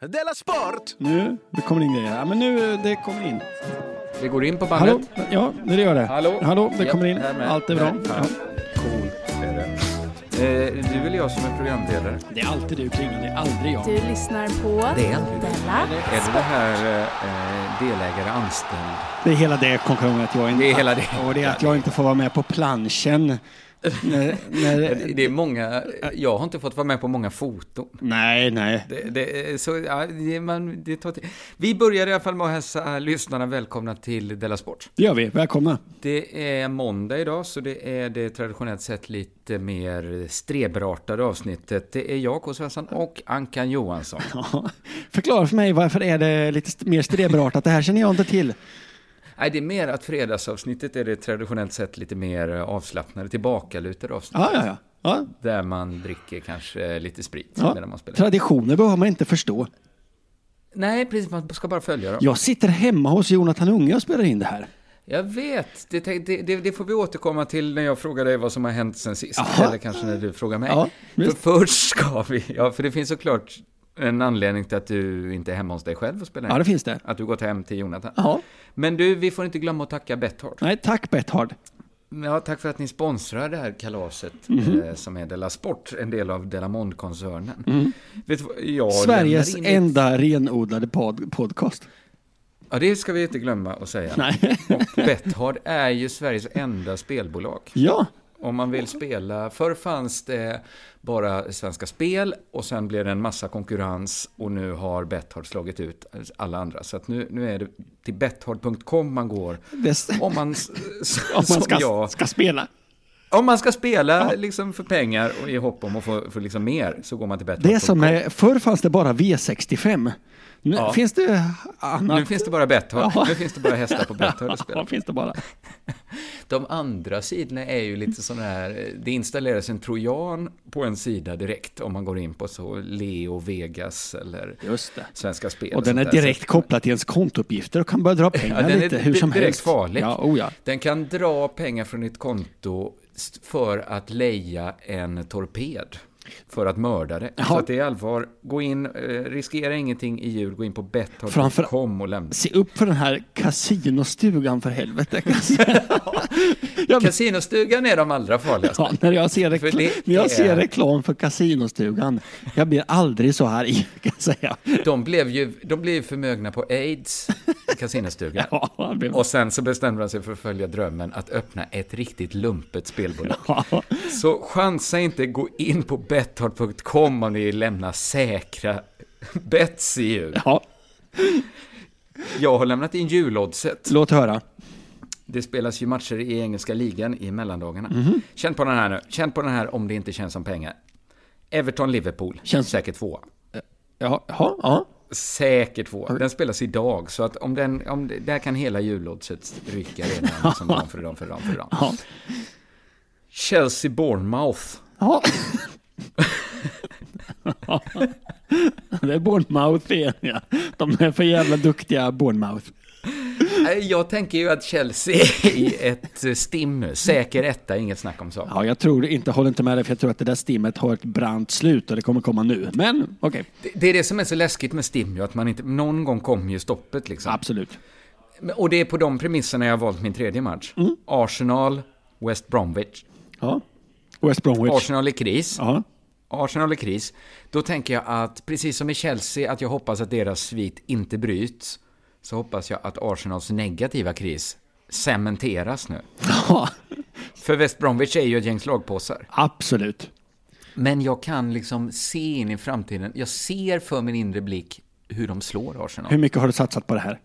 Della Sport! Nu, det kommer in grejer. Ja, men nu, eh, det kommer in. Det går in på Hallå? bandet. Ja, det gör det. Hallå? Hallå, det Japp, kommer in. här med. Allt är bra. Där. Ja. Coolt är det. Eh, du eller jag som är programledare? Det är alltid du Klingan, det är aldrig jag. Du lyssnar på Della Är det det här eh, delägare anställd? Det är hela det konkurrentet jag inte... Det är hela det. Och det är att jag inte får vara med på planschen. när, när, Det är många, jag har inte fått vara med på många foton. nej, nej. Det, det, eh, så, ja, det, man, det tar tid. Vi börjar i alla fall med att hälsa lyssnarna välkomna till Della Sport. Det gör vi. Välkomna. Det är måndag idag, så det är det traditionellt sett lite mer streberartade avsnittet. Det är jag, K. Svensson, och Ankan Johansson. Ja. Förklara för mig varför är det lite st- mer streberartat? Det här känner jag inte till. Nej, det är mer att fredagsavsnittet är det traditionellt sett lite mer avslappnade, tillbakalutade avsnitt. Ja, ja, ja. ja. Där man dricker kanske lite sprit medan ja. man spelar. Traditioner behöver man inte förstå. Nej, precis, man ska bara följa dem. Jag sitter hemma hos Jonathan Unge och spelar in det här. Jag vet, det, tänk- det, det, det får vi återkomma till när jag frågar dig vad som har hänt sen sist. Jaha. Eller kanske när du frågar mig. Ja, för visst. först ska vi, ja, för det finns såklart en anledning till att du inte är hemma hos dig själv och spelar in. Ja, det finns det. Att du gått hem till Jonathan. Ja. Men du, vi får inte glömma att tacka Betthard. Nej, tack Bethard. Ja, tack för att ni sponsrar det här kalaset Mm. eh, som är Della Sport, en del av Della Mond-koncernen. Vet du vad, jag Mm. Sveriges lämnar in ett- enda renodlade pod- podcast. Ja, det ska vi inte glömma att säga. Nej. Och Betthard är ju Sveriges enda spelbolag. ja. Om man vill spela, förr fanns det bara Svenska Spel och sen blev det en massa konkurrens och nu har Betthard slagit ut alla andra. Så att nu, nu är det till betthard.com man går Det s- om man, s- s- Om man som ska, jag, ska spela. om man ska spela liksom för pengar och i hopp om att få, få liksom mer så går man till Det är betthard.com. som är, förr fanns det bara V65. Nu Ja. finns det annat. Nu finns det bara Betthard, Ja. nu finns det bara hästar på Betthard att Ja, spela. finns det bara. De andra sidorna är ju lite sådana här, det installeras en trojan på en sida direkt om man går in på så Leo Vegas eller Just det. Svenska Spel. Och den är sånt där. direkt kopplad till ens kontouppgifter och kan börja dra Så- pengar ja, den lite är hur di- som direkt helst. farlig. Ja, oh ja. Den kan dra pengar från ditt konto st- för att leja en torped. För att mörda det. Så Jaha. att det är allvar. Gå in, eh, riskera ingenting i jul, gå in på Framför- betthard.com och lämna. Se upp för den här kasinostugan för helvete. kan jag säga. ja, men, Kasinostugan är de allra farligaste. ja, när jag, ser För rekla- det när jag är- ser reklam för kasinostugan, jag blir aldrig så här i, kan jag säga. De blev ju de blev ju förmögna på aids, kasinostugan. Ja, jag blir- Och sen så bestämde de sig för att följa drömmen att öppna ett riktigt lumpet spelbolag. Ja. Så chansa inte, gå in på betthard.com om ni lämnar säkra bets i jul. ja, Jag har lämnat in juloddset. låt höra. Det spelas ju matcher i engelska ligan i mellandagarna. Mhm. Känn på den här nu. Känn på den här om det inte känns som pengar. Everton-Liverpool. Känns- Säkert tvåa. Ja, ja, ja. Säkert tvåa. Den spelas idag, så att om den... Om det, där kan hela juloddset ryka redan. som dag för dag för dag för dag. ja. Chelsea-Bournemouth. Ja. det är Bournemouth igen ja. De är för jävla duktiga Bournemouth. Nej, Eh, Jag tänker ju att Chelsea är i ett eh, stim nu. Säker etta, inget snack om saken. Ja, jag tror inte, håller inte med dig för jag tror att det där stimmet har ett brant slut och det kommer komma nu. Men okej, Det, det är det som är så läskigt med stim, ju, att man inte... Någon gång kommer ju stoppet liksom. absolut. Men- Och det är på de premisserna jag har valt min tredje match. Mm. Arsenal, West Bromwich. Ja. West Bromwich. Arsenal i kris. Ja. Arsenal i kris. Då tänker jag att, precis som i Chelsea, att jag hoppas att deras svit inte bryts. Så hoppas jag att Arsenals negativa kris cementeras nu. ja, För West Bromwich är ju ett gäng slagpåsar. absolut. Men jag kan liksom se in i framtiden. Jag ser för min inre blick hur de slår Arsenal. Hur mycket har du satsat på det här?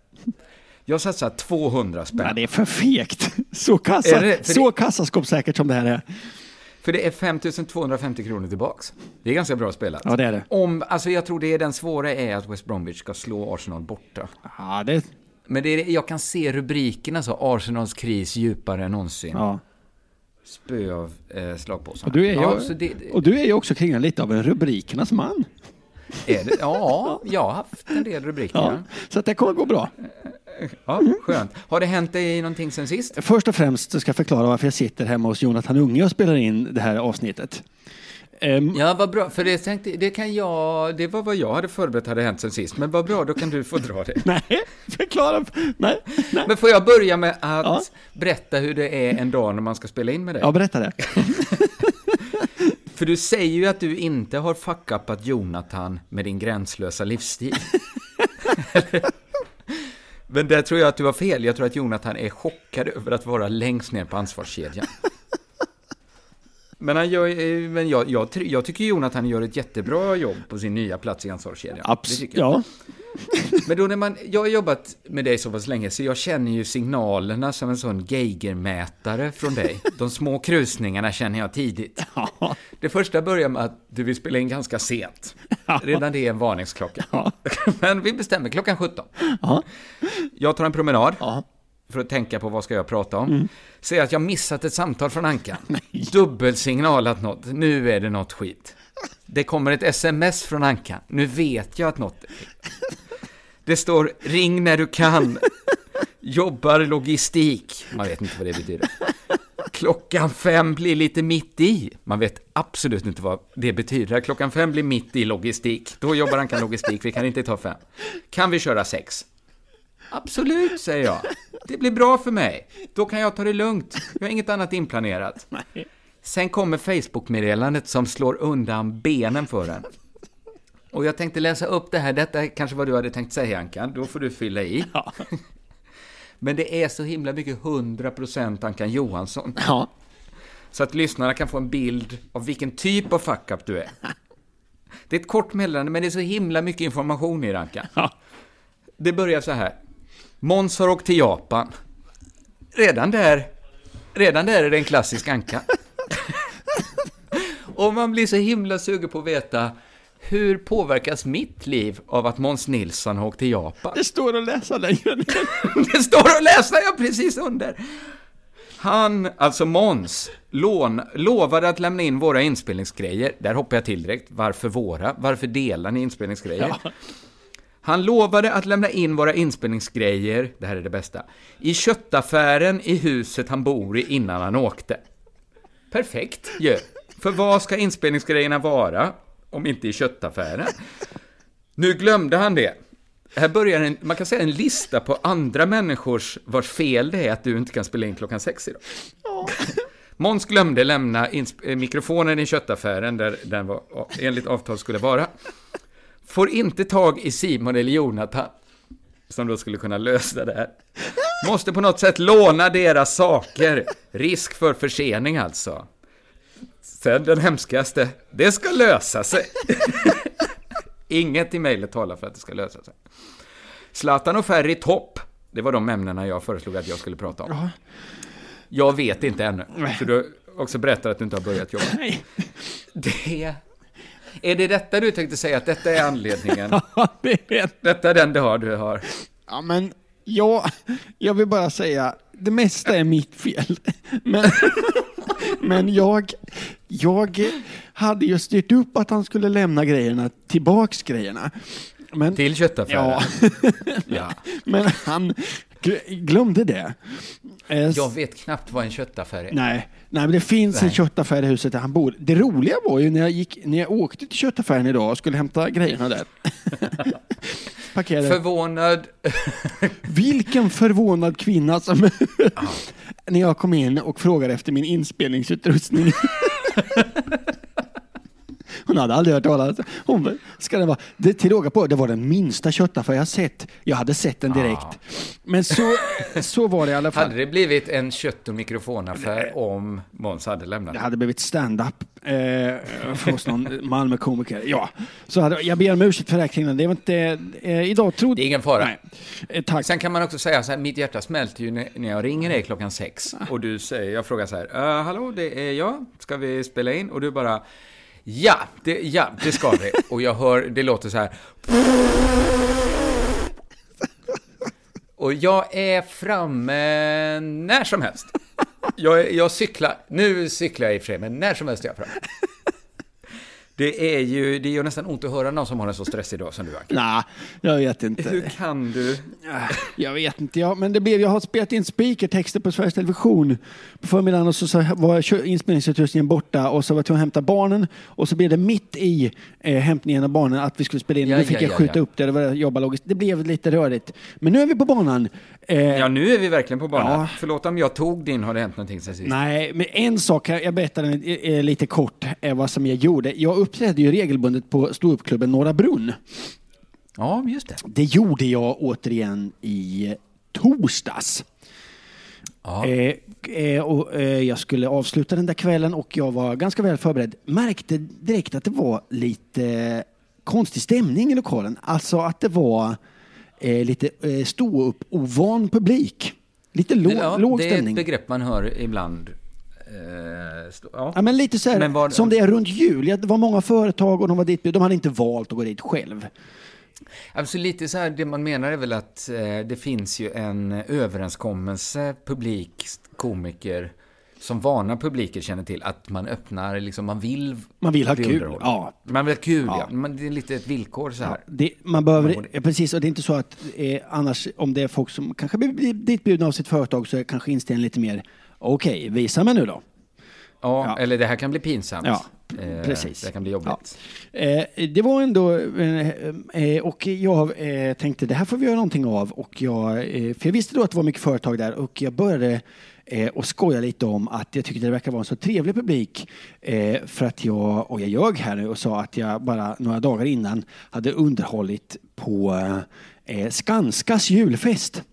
Jag satsar 200 spänn. Ja, det är för fegt. Så, kassa, Är det- för så kassaskåpssäkert som det här är. För det är 5250 kronor tillbaks. Det är ganska bra spelat. Ja, det är det. Om, alltså jag tror det är den svåra är att West Bromwich ska slå Arsenal borta. Ja, det, Men det är, jag kan se rubrikerna så, Arsenals kris djupare än någonsin. ja. Spö av eh, slagpåsarna. Och, du är ju, ja, så det, och du är ju också kring lite av en rubrikernas man. är det, ja, jag har haft en del rubriker. Ja. Ja. Så att det kommer gå bra. Ja, skönt. Har det hänt dig någonting sen sist? Först och främst så ska jag förklara varför jag sitter hemma hos Jonathan Unge och spelar in det här avsnittet. Ehm, Ja, vad bra. För det, tänkte, det, kan jag, det var vad jag hade förberett hade hänt sen sist. Men vad bra, då kan du få dra det. Nej, förklara. Nej, nej. Men får jag börja med att Ja. berätta hur det är en dag när man ska spela in med dig? Ja, berätta det. För du säger ju att du inte har fuckuppat Jonathan med din gränslösa livsstil. Men där tror jag att du har fel. Jag tror att Jonathan är chockad över att vara längst ner på ansvarskedjan. Men, han gör, eh, men jag, jag, tr- jag tycker Jonathan gör ett jättebra jobb på sin nya plats i ansvarskedjan. Det Abs- tycker jag. ja. Men då när man, jag har jobbat med dig så pass länge så jag känner ju signalerna som en sån geigermätare från dig. De små krusningarna känner jag tidigt. Ja. Det första börjar med att du vill spela in ganska sent. Redan det är en varningsklocka. Ja. Men vi bestämmer klockan 17. Ja. Jag tar en promenad Ja. för att tänka på vad ska jag prata om. Säger att jag missat ett samtal från Ankan. Dubbelsignalat något. Nu är det något skit. Det kommer ett sms från Ankan. Nu vet jag att något är fel. Det står ring när du kan. Jobbar logistik. Man vet inte vad det betyder. Klockan fem blir lite mitt i. Man vet absolut inte vad det betyder. Klockan fem blir mitt i logistik. Då jobbar Ankan logistik. Vi kan inte ta fem. Kan vi köra sex? Absolut, säger jag. Det blir bra för mig. Då kan jag ta det lugnt. Jag har inget annat inplanerat. Nej. Sen kommer Facebook-meddelandet som slår undan benen för en. Och jag tänkte läsa upp det här. Detta är kanske vad du hade tänkt säga, Ankan. Då får du fylla i. Ja. Men det är så himla mycket 100% Ankan Johansson. Ja. Så att lyssnarna kan få en bild av vilken typ av fuck-up du är. Det är ett kort meddelande, men det är så himla mycket information i det, Ankan. Ja. Det börjar så här. Måns har åkt till Japan. Redan där, redan där är det en klassisk anka. Och man blir så himla sugen på att veta hur påverkas mitt liv av att Måns Nilsson har åkt till Japan? Det står att läsa längre ner. Det står att läsa jag precis under. Han, alltså Måns, lån, lovade att lämna in våra inspelningsgrejer. Där hoppar jag till direkt. Varför våra? Varför delar ni inspelningsgrejer? Han lovade att lämna in våra inspelningsgrejer, det här är det bästa, i köttaffären i huset han bor i innan han åkte. Perfekt ju. För vad ska inspelningsgrejerna vara, om inte i köttaffären? Nu glömde han det. Här börjar en, man kan säga en lista på andra människors vars fel det är att du inte kan spela in klockan sex idag. Måns glömde lämna insp- eh, mikrofonen i köttaffären där den var, enligt avtal skulle vara. Får inte tag i Simon eller Jonathan, som då skulle kunna lösa det här. Måste på något sätt låna deras saker. Risk för försening alltså. Sen den hemskaste. Det ska lösa sig. Inget i mejlet talar för att det ska lösa sig. Zlatan och Ferry topp. Det var de ämnena jag föreslog att jag skulle prata om. Jag vet inte ännu. Så du också berättar att du inte har börjat jobba. Nej. Det... Är det detta du tänkte säga, att detta är anledningen? Ja, det är Detta är den du har, du har. Ja, men jag, jag vill bara säga, det mesta är mitt fel. Men, men jag, jag hade ju styrt upp att han skulle lämna grejerna, tillbaks grejerna. Men, Till köttaffären? ja, ja. men han gl- glömde det. Eh, s- Jag vet knappt vad en köttaffär är. Nej, nej, men det finns en Nej. köttaffär i huset där han bor. Det roliga var ju när jag, gick, när jag åkte till köttaffären idag och skulle hämta grejerna där. Parkerade. Förvånad. Vilken förvånad kvinna som... när jag kom in och frågade efter min inspelningsutrustning. Hon hade aldrig hört talas Hon bara, ska det vara. Det, till råga på, det var den minsta köttaffär jag sett. Jag hade sett den direkt. Men så, så var det i alla fall. Ah. Hade det blivit en kött och mikrofonaffär om Måns hade lämnat? Det hade blivit stand-up eh, för oss någon Malmö-komiker. Ja, så hade, jag ber om ursäkt för det här kringlan. Det var inte... Eh, idag trodde... Det är ingen fara. Nej. Eh, tack. Sen kan man också säga så här, mitt hjärta smälter ju när när jag ringer dig klockan sex och du säger, jag frågar så här, "Eh, hallå, det är jag, ska vi spela in? Och du bara, ja, det, ja, det ska vi. Och jag hör, det låter så här. Och jag är framme när som helst. Jag, är- jag cyklar, nu cyklar jag i och för sig, men när som helst är jag framme. Det är ju det gör nästan ont att höra någon som har en så stressig dag som du, Anka. Nej, jag vet inte. Hur kan du? Jag vet inte, ja, men det blev, jag har spelat in speakertexter på Sveriges Television på förmiddagen och så, så var kö- inspelningsutrustningen borta och så var jag tvungen att hämta barnen och så blev det mitt i eh, hämtningen av barnen att vi skulle spela in. Ja, nu fick ja, jag ja, skjuta ja. upp det, det var jobba logiskt. Det blev lite rörigt. Men nu är vi på banan. Eh, Ja, nu är vi verkligen på banan. Ja. Förlåt om jag tog din, har det hänt någonting sen sist? Nej, men en sak, kan jag jag berättar en- eh, lite kort eh, vad som jag gjorde. Jag uppträdde ju regelbundet på ståuppklubben Norra Brunn. Ja, just det. Det gjorde jag återigen i torsdags. Ja. Eh, eh, och, eh, jag skulle avsluta den där kvällen och jag var ganska väl förberedd. Märkte direkt att det var lite eh, konstig stämning i lokalen. Alltså att det var eh, lite eh, stå upp ovan publik. Lite lå- Ja, låg det är ett stämning. begrepp man hör ibland. Eh, stå- ja. Ja, men lite så här, Men var- som det är runt jul. Ja, Det var många företag och de var dit, de hade inte valt att gå dit själv. Alltså lite så här, det man menar är väl att eh, det finns ju en överenskommelse publik, komiker, som vana publiker känner till, att man öppnar, liksom, man vill Man vill ha bli kul. underhållen. Ja. Man vill ha kul, ja. Ja. Men det är lite ett villkor så här. Det, man behöver, Man borde- eh, precis, och det är inte så att eh, annars om det är folk som kanske blir- blir ditbjudna av sitt företag så är kanske inställningen lite mer okej, visa mig nu då. Ja, Ja. eller det här kan bli pinsamt. Ja, Eh, precis. Det här kan bli jobbigt. Eh, det var ändå, eh, eh, och jag eh, tänkte det här får vi göra någonting av. Och jag, eh, för jag visste då att det var mycket företag där och jag började eh, och skoja lite om att jag tyckte det verkar vara en så trevlig publik. Eh, för att jag, och jag ljög här nu och sa att jag bara några dagar innan hade underhållit på eh, Skanskas julfest.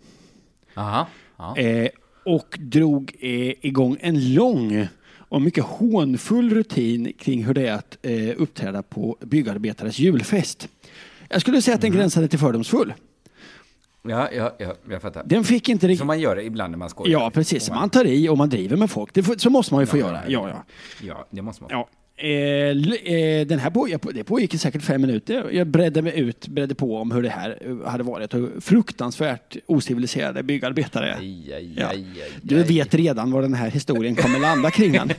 Aha. Ja. Eh, och drog eh, igång en lång och mycket hånfull rutin kring hur det är att eh, uppträda på byggarbetares julfest. Jag skulle säga att den gränsade till fördomsfull. Ja, ja, ja, jag fattar. Den fick inte Som riktigt... man gör ibland när man skojar. Ja, precis. Man tar i och man driver med folk. Det får, så måste man ju få göra. Ja, ja. Ja, det måste man. ja. Eh, l- eh, den här på, jag, det pågick i säkert fem minuter. Jag bredde mig ut, bredde på om hur det här eh, hade varit. och Hur fruktansvärt ociviliserade byggarbetare är. Aj, aj, Ja. aj, aj, Du aj. vet redan vad den här historien kommer landa kring. den.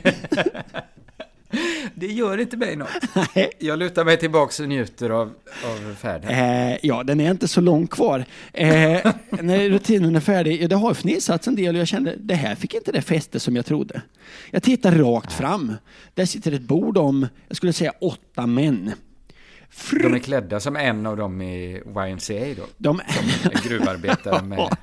Det gör inte mig något. Jag lutar mig tillbaka och njuter av, av färden. Eh, ja, den är inte så lång kvar. Eh, när rutinen är färdig, ja, det har fnissats en del och jag kände det här fick inte det fäste som jag trodde. Jag tittar rakt fram. Där sitter ett bord om, jag skulle säga åtta män. De Fru- är klädda som en av dem i YMCA då. de, En gruvarbetare med...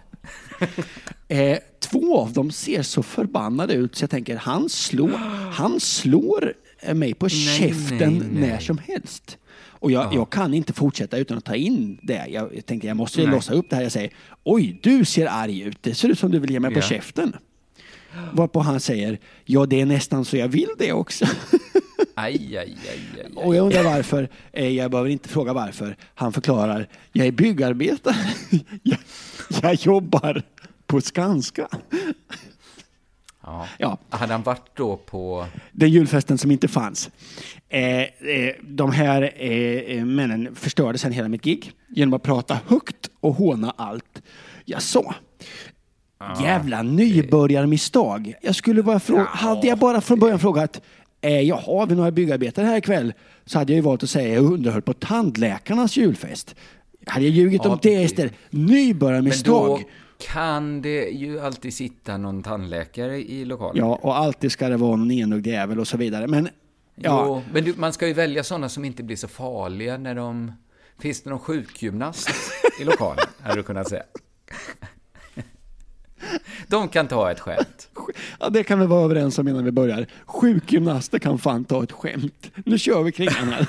eh, två av dem ser så förbannade ut så jag tänker han slår, han slår eh, mig på käften nej, nej. när som helst. Och jag, jag kan inte fortsätta utan att ta in det. Jag, jag tänkte jag måste ju Nej. låsa upp det här. Jag säger oj, du ser arg ut. Det ser ut som du vill ge mig på Ja. käften. Varpå han säger ja, det är nästan så jag vill det också. Aj, aj, aj, aj. aj. Och jag undrar varför. Eh, Jag behöver inte fråga varför. Han förklarar. Jag är byggarbetare. Jag, jag jobbar på Skanska. Ja. Ja, Hade han varit då på... den julfesten som inte fanns. Eh, eh, de här eh, eh, männen förstörde sen hela mitt gig genom att prata högt och håna allt jag sa. Ah, Jävla nybörjarmisstag. Jag skulle bara fråga, hade jag bara från början frågat eh, jaha, vi är några byggarbetare här ikväll så hade jag ju valt att säga jag underhöll på tandläkarnas julfest. Hade jag ljugit Ja, om det precis. istället? Men då Nybörjarmisstag. kan det ju alltid sitta någon tandläkare i lokalen. Ja, och alltid ska det vara någon enögd jävel och så vidare. Men ja, Jo, men du, man ska ju välja sådana som inte blir så farliga när de... Finns det någon sjukgymnast i lokalen, hade du kunnat säga. De kan ta ett skämt. Ja, det kan vi vara överens om innan vi börjar. Sjukgymnaster kan fan ta ett skämt. Nu kör vi kring den här.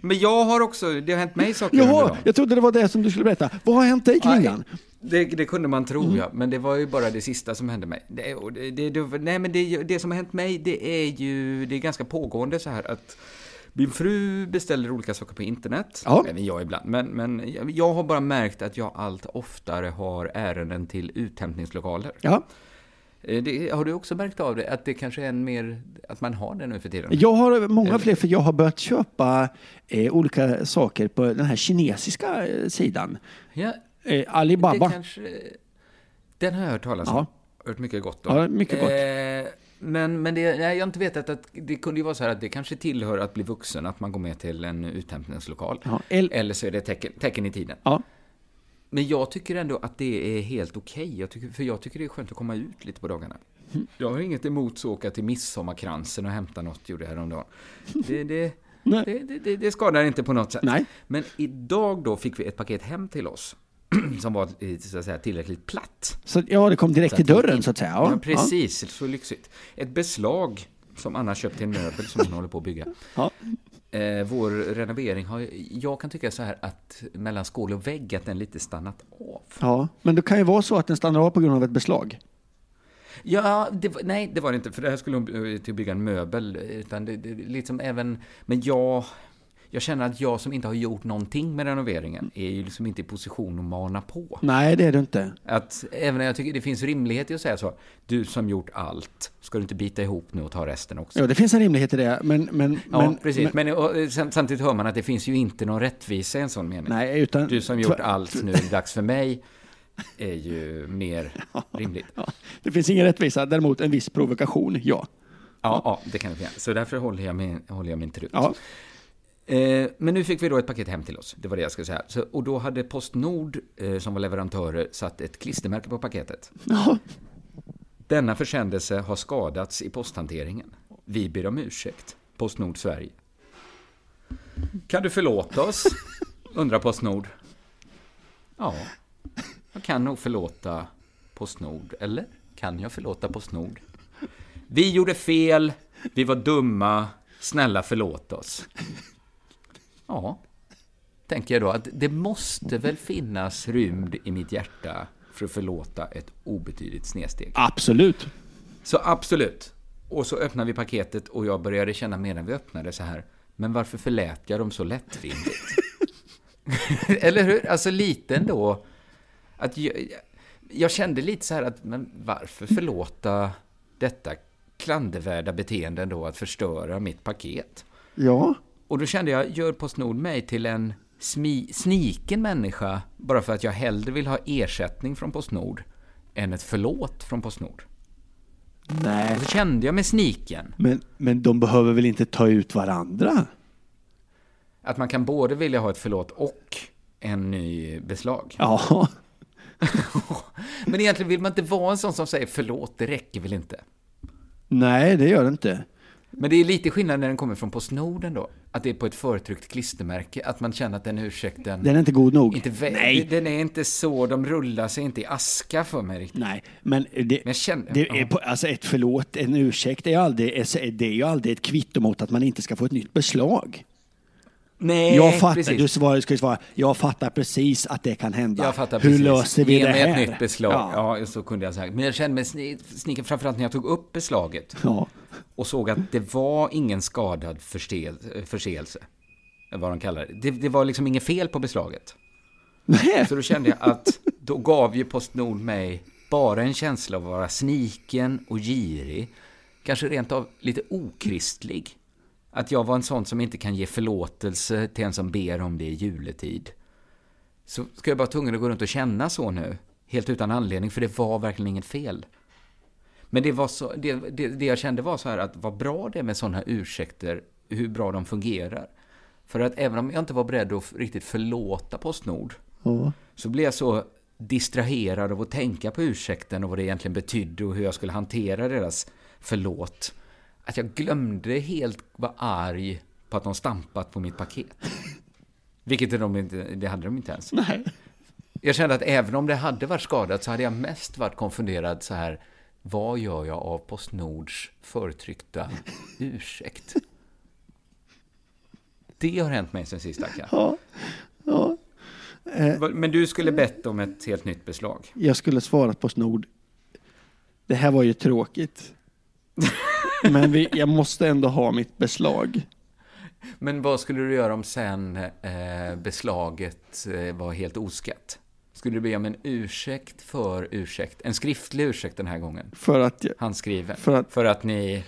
Men jag har också, det har hänt mig saker under Jaha, dagen. jag trodde det var det som du skulle berätta. Vad har hänt dig kring den? Nej, Det, det kunde man tro, Mm. ja. Men det var ju bara det sista som hände mig. Det, och det, det, det, nej, men det, det som har hänt mig, det är ju... Det är ganska pågående så här att min fru beställer olika saker på internet. Ja. Även jag ibland. Men, men jag- jag har bara märkt att jag allt oftare har ärenden till uthämtningslokaler. Ja, Eh, Det, har du också märkt av det? Att det kanske är en mer... Att man har det nu för tiden? jag har många fler för jag har börjat köpa eh, olika saker på den här kinesiska eh, sidan. Ja. Eh, Det Alibaba. kanske, den har jag hört talas om. Ja. Hört mycket gott om. Ja, mycket gott. Eh, Men, men det, nej, jag har inte vetat att det kunde ju vara så här att det kanske tillhör att bli vuxen, att man går med till en uthämtningslokal. Ja, el- Eller så är det tecken, tecken i tiden. Ja. Men jag tycker ändå att det är helt okej, jag tycker, för jag tycker det är skönt att komma ut lite på dagarna. Mm. Jag har inget emot att åka till midsommarkransen och hämta något, gjorde jag häromdagen. Det, det, Nej. det, det, det, det skadar inte på något sätt. Nej. Men idag då fick vi ett paket hem till oss, som var eh, så att säga, tillräckligt platt. Så, ja, det kom direkt till dörren så att säga. Ja, Ja, precis, så lyxigt. Ett beslag som Anna köpt till en möbel som hon håller på att bygga. Ja. Eh, vår renovering har, jag kan tycka så här att mellan skål och vägg att den lite stannat av. Ja, men det kan ju vara så att den stannar av på grund av ett beslag. Ja, det, var- nej det var det inte, för det här skulle hon eh, till att bygga en möbel. Utan det, det, liksom även, men jag, jag känner att jag som inte har gjort någonting med renoveringen är ju liksom inte i position att mana på. Nej, det är det inte. Att även när jag tycker det finns rimlighet i att säga så, du som gjort allt, ska du inte bita ihop nu och ta resten också? Ja, det finns en rimlighet i det, men... men, Ja, men precis. Men, Men, och, eh, sam- samtidigt hör man att det finns ju inte någon rättvisa i en sån mening. nej, utan... Du som gjort tvär- allt, nu är det dags för mig, är ju mer rimligt. Ja, Ja, det finns ingen rättvisa, däremot en viss provokation, ja. ja det kan det finnas. Så därför håller jag min, håller jag min trut. Ja, Eh, men nu fick vi då ett paket hem till oss. Det var det jag skulle säga. Så, och då hade Postnord, eh, som var leverantörer, satt ett klistermärke på paketet. ja. Denna försändelse har skadats i posthanteringen. Vi ber om ursäkt, Postnord Sverige. Kan du förlåta oss? undrar Postnord. Ja, jag kan nog förlåta Postnord, eller? Kan jag förlåta Postnord? Vi gjorde fel, vi var dumma, snälla förlåt oss. Ja, tänker jag då att det måste väl finnas rymd i mitt hjärta för att förlåta ett obetydligt snedsteg. absolut. Så absolut. Och så öppnar vi paketet och jag började känna medan vi öppnade så här. Men varför förlät jag dem så lättvindigt? Eller hur? Alltså lite ändå. Att jag, jag kände lite så här att, men varför förlåta detta klandervärda beteende då att förstöra mitt paket? Ja, Och då kände jag, gör Postnord mig till en smi, sniken människa bara för att jag hellre vill ha ersättning från Postnord än ett förlåt från Postnord? nej. Och så kände jag med sniken Men, men de behöver väl inte ta ut varandra? att man kan både vilja ha ett förlåt och en ny beslag. Ja, Men egentligen vill man inte vara en sån som säger förlåt, det räcker väl inte. nej, det gör det inte. Men det är lite skillnad när den kommer från Postnord ändå. Att det är på ett förtryckt klistermärke, att man känner att den ursäkten... Den är inte god nog. inte vä- nej, Den är inte så, de rullar sig inte i aska för mig riktigt. nej, men det... Men jag känner... Det ja. är på, alltså ett förlåt, en ursäkt, det är, aldrig, det är ju aldrig ett kvitto mot att man inte ska få ett nytt beslag. Nej, jag fattar, precis. du svarar, ska ju svara, jag fattar precis att det kan hända. Jag fattar Hur precis. löser vi Ge det mig här? ett nytt beslag. Ja. Ja. så kunde jag sagt. Men jag kände mig sni- sniken, framförallt när jag tog upp beslaget. Ja. och såg att det var ingen skadad förstel, förseelse. Eller Vad de kallar det. det. Det var liksom inget fel på beslaget. Nej. Så då kände jag att då gav ju Postnord mig bara en känsla av att vara sniken och girig. Kanske rent av lite okristlig. Att jag var en sån som inte kan ge förlåtelse till en som ber om det i juletid. Så ska jag bara tvungen att gå runt och känna så nu. Helt utan anledning, för det var verkligen inget fel. Men det, var så, det, det, det jag kände var så här att vad bra det är med sådana ursäkter, hur bra de fungerar. För att även om jag inte var beredd att riktigt förlåta Postnord, Ja. så blev jag så distraherad av att tänka på ursäkten och vad det egentligen betydde och hur jag skulle hantera deras förlåt. Att jag glömde helt vara arg på att de stampat på mitt paket. Vilket de inte, det hade de inte ens. Nej. Jag kände att även om det hade varit skadat så hade jag mest varit konfunderad så här. Vad gör jag av Postnords förtryckta ursäkt? Det har hänt mig sen sist, Akka. Ja. Ja. Men du skulle bett om ett helt nytt beslag. Jag skulle svara på snord. Det här var ju tråkigt. Men vi, jag måste ändå ha mitt beslag. Men vad skulle du göra om sen eh, beslaget eh, var helt oskatt? Skulle du be om en ursäkt för ursäkt? En skriftlig ursäkt den här gången? För att jag, handskriven. För För att- att, ni,